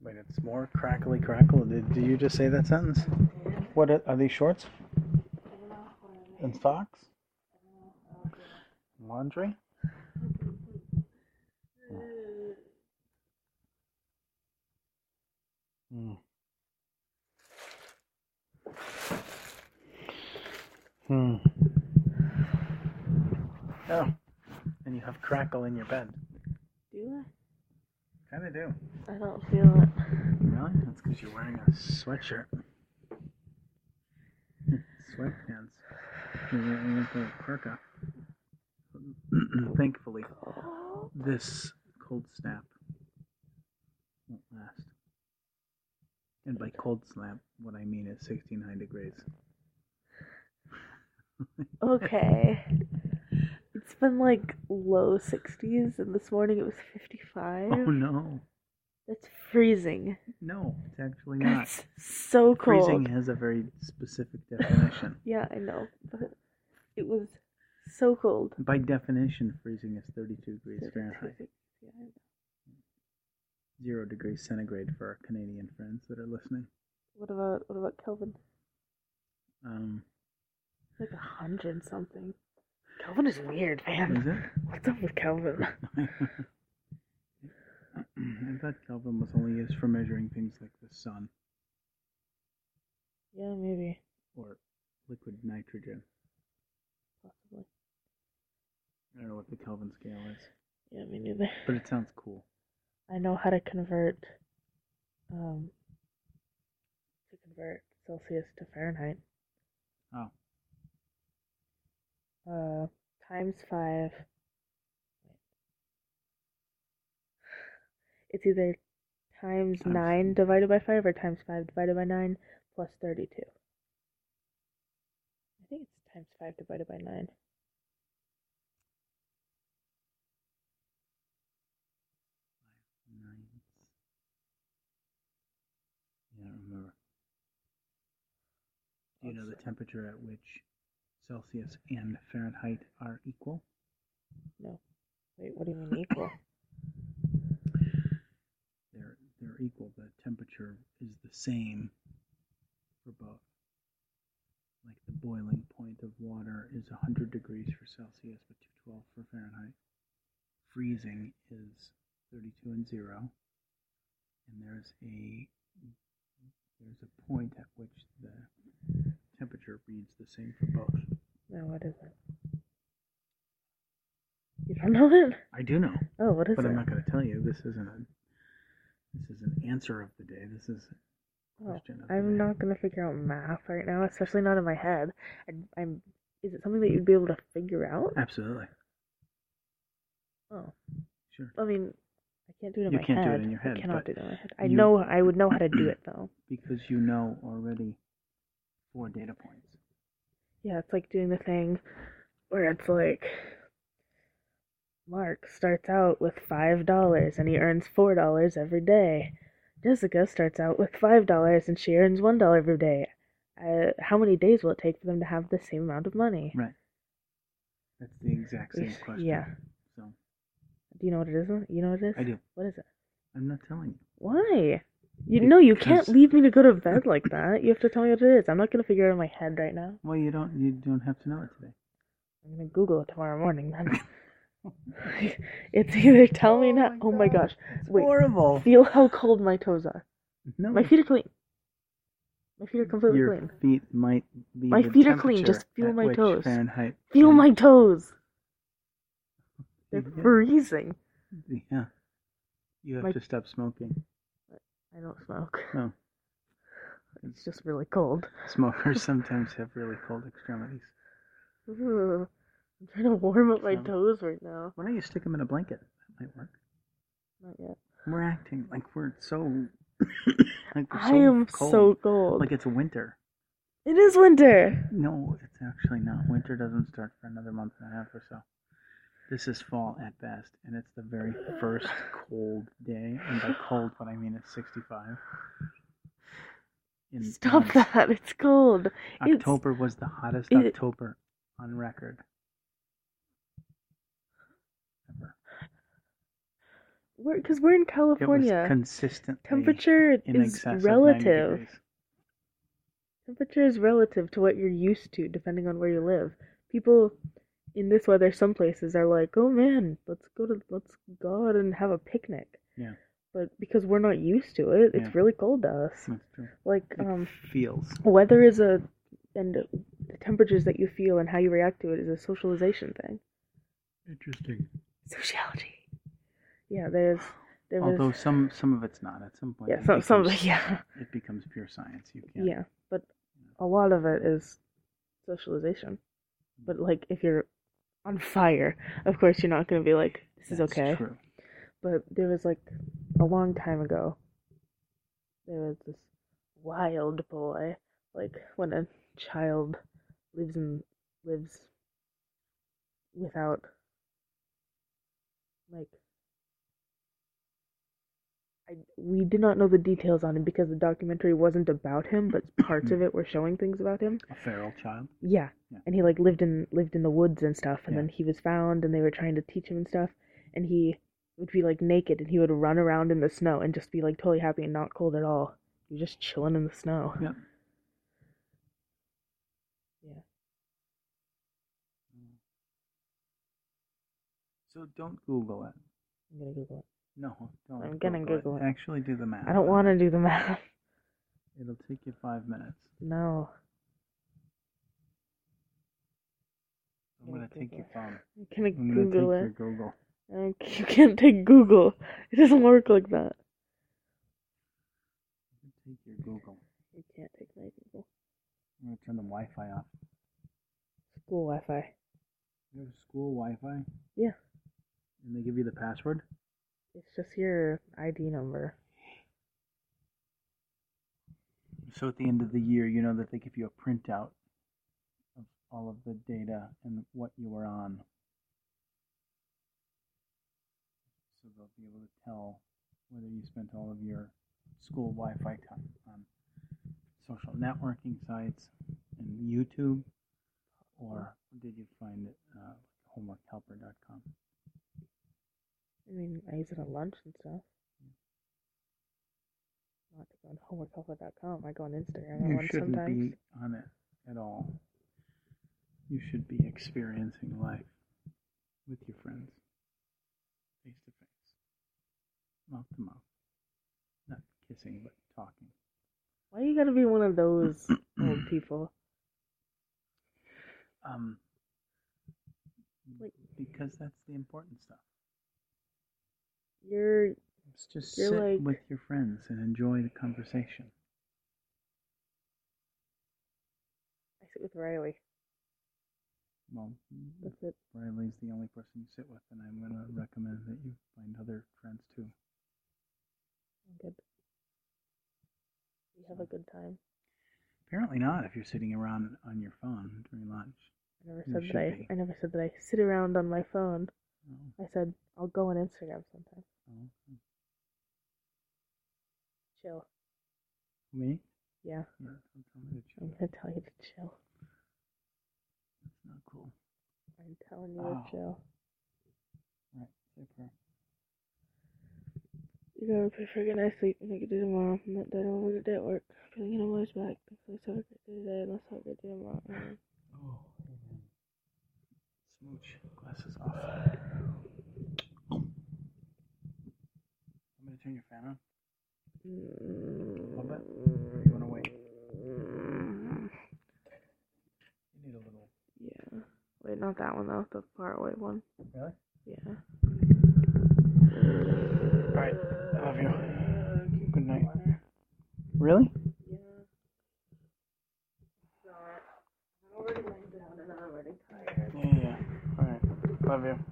Wait, it's more crackly crackle. Did, did you just say that sentence? What are, are these shorts? And socks? Laundry? Hmm. Hmm. Oh, and you have crackle in your bed. Do Kind of do. I? I don't feel it. Really? That's because you're wearing a sweatshirt. Sweatpants. You're wearing it with a parka. Thankfully, this cold snap won't last. And by cold snap, what I mean is 69 degrees. Okay. It's been like low 60s, and this morning it was 55. Oh no. That's freezing. No, it's actually not. That's so cold. Freezing has a very specific definition. Yeah, I know. But it was so cold. By definition, freezing is 32 degrees Fahrenheit. Yeah, I know. zero degrees centigrade for our Canadian friends that are listening. What about what about Kelvin? Um, It's like a hundred something. Kelvin is weird, is man. it? What's up with Kelvin? I thought Kelvin was only used for measuring things like the sun Yeah, maybe. or liquid nitrogen. Possibly. I don't know what the Kelvin scale is, Yeah, me neither. but it sounds cool. I know how to convert um to convert Celsius to Fahrenheit. Oh, Uh times five. It's either times Times- nine divided by five or times five divided by nine plus thirty two. I think it's times five divided by nine. nice. Yeah, I don't remember. Do you know the temperature at which Celsius and Fahrenheit are equal? Wait, what do you mean equal? They're they're equal. The temperature is the same for both. Like the boiling point of water is 100 degrees for Celsius, but 212 for Fahrenheit. Freezing is 32 and 0. And there's a there's a point at which the temperature reads the same for both. no, what is it? You don't know it? I do know. Oh, what is but it? I'm not going to tell you. This isn't a, this is an answer of the day. This is a Oh, question of the I'm day. not gonna figure out math right now, especially not in my head. I, I'm. Is it something that you'd be able to figure out? Absolutely. Oh, Sure. I mean, I can't do it in You my can't do head. it in your head, I cannot but do it in my head. I you- know. I would know how to do it though. Because you know already four data points. Yeah, it's like doing the thing where it's like Mark starts out with five dollars and he earns four dollars every day. Jessica starts out with five dollars and she earns one dollar every day. Uh, how many days will it take for them to have the same amount of money? Right. That's the exact same Yes, question. yeah. So Do you know what it is? You know what it is? I do. What is it? I'm not telling you. Why? You no, you can't Because- leave me to go to bed like that. You have to tell me what it is. I'm not gonna figure it out in my head right now. Well, you don't. You don't have to know it today. I'm gonna Google it tomorrow morning then. it's either tell me now. Oh my gosh. It's Wait. horrible. Feel how cold my toes are. No, My feet are clean. My feet are completely your clean. feet might be. My the feet are clean, temperature just feel at my which toes. Fahrenheit. Feel my toes. They're Yeah. freezing. Yeah. You have My- to stop smoking. I don't smoke. No, It's just really cold. smokers sometimes have really cold extremities. Ugh. I'm trying to warm up my So- toes right now. Why don't you stick them in a blanket? That might work. Not yet. We're acting like we're so. like we're I am cold. so cold. Like it's winter. it is winter. No, it's actually not. Winter doesn't start for another month and a half or so. This is fall at best, and it's the very first cold day. And by cold, what I mean is 65. In months. Stop that. It's cold. It's- October was the hottest it- October on record. Ever. We're because we're in It was California. consistently Temperature in is excess Of 90 relative. degrees. Temperature is relative to what you're used to, depending on where you live. People in this weather, some places are like, "Oh man, let's go to let's go out and have a picnic." Yeah. But because we're not used to it, it's Yeah. Mm. really cold to us. That's true. Like, It um, feels. weather is a and the temperatures that you feel and how you react to it is a socialization thing. Interesting. Sociology. Yeah, there's there was Although some some of it's not. At some point, yeah it some some becomes- yeah. it becomes pure science. You yeah can't. but a lot of it is socialization but like if you're on fire of course you're not going to be like this is that's okay True. but there was like a long time ago there was this wild boy like when a child lives in lives without like I, we did not know the details on him because the documentary wasn't about him but parts of it were showing things about him A feral child. yeah. Yeah. And he like lived in lived in the woods and stuff and Yeah. then he was found and they were trying to teach him and stuff and he would be like naked and he would run around in the snow and just be like totally happy and not cold at all. You're just chilling in the snow. Yep. Yeah. So don't Google it. I'm gonna Google it. No, don't. I'm gonna Google it. Actually, do the math. I don't wanna do the math. It'll take you five minutes. No. I'm gonna Gonna take Google your it. phone. I'm gonna I'm gonna Google take it. your Google. I c- You can't take Google. It doesn't work like that. I'm gonna take your Google. You can't take my Google. I'm gonna turn the Wi-Fi off. School Wi Fi. You have school Wi-Fi. Yeah. And they give you the password. It's just your ID number. So at the end of the year, you know that they give you a printout of all of the data and what you were on. So they'll be able to tell whether you spent all of your school Wi Fi time on social networking sites and YouTube, or did you find it uh, homeworkhelper.com? I mean, I use it at lunch and stuff. Not to go on homeworkhelper.com. I go on Instagram at You lunch shouldn't sometimes. be on it at all. You should be experiencing life with your friends, face to face, mouth to mouth. Not kissing, but talking. Why you gotta be one of those old people? Um, Like- because that's the important stuff. You're It's Just You're sit like- with your friends and enjoy the conversation. I sit with Riley. Well, That's it. Riley's the only person you sit with, and I'm going to recommend that you find other friends too. I'm good. We have a good time. Apparently not if you're sitting around on your phone during lunch. I never You said should that I. be. I never said that I sit around on my phone. Oh, I said I'll go on Instagram sometime. oh, okay. Chill. Me? Yeah, Yeah, don't tell me to chill. I'm gonna tell you to chill. That's not cool. I'm telling you Wow. to chill. Right, say a prayer. You gotta pray for a good night's sleep and I could do tomorrow. I'm not done over the day at work. Feeling in a much back. Let's have a great day today and let's have a great day tomorrow. Amen. Oh, amen. Smooch. Glasses off. I'm going to turn your fan on. Love it. Or you want to wait? Mm, You need a little. Yeah. Wait, not that one though. The far away one. Really? Yeah. All right. I love you. Good night. Really? Yeah. Not. I'm already laying down and I'm already tired. Yeah, yeah. All right. Love you.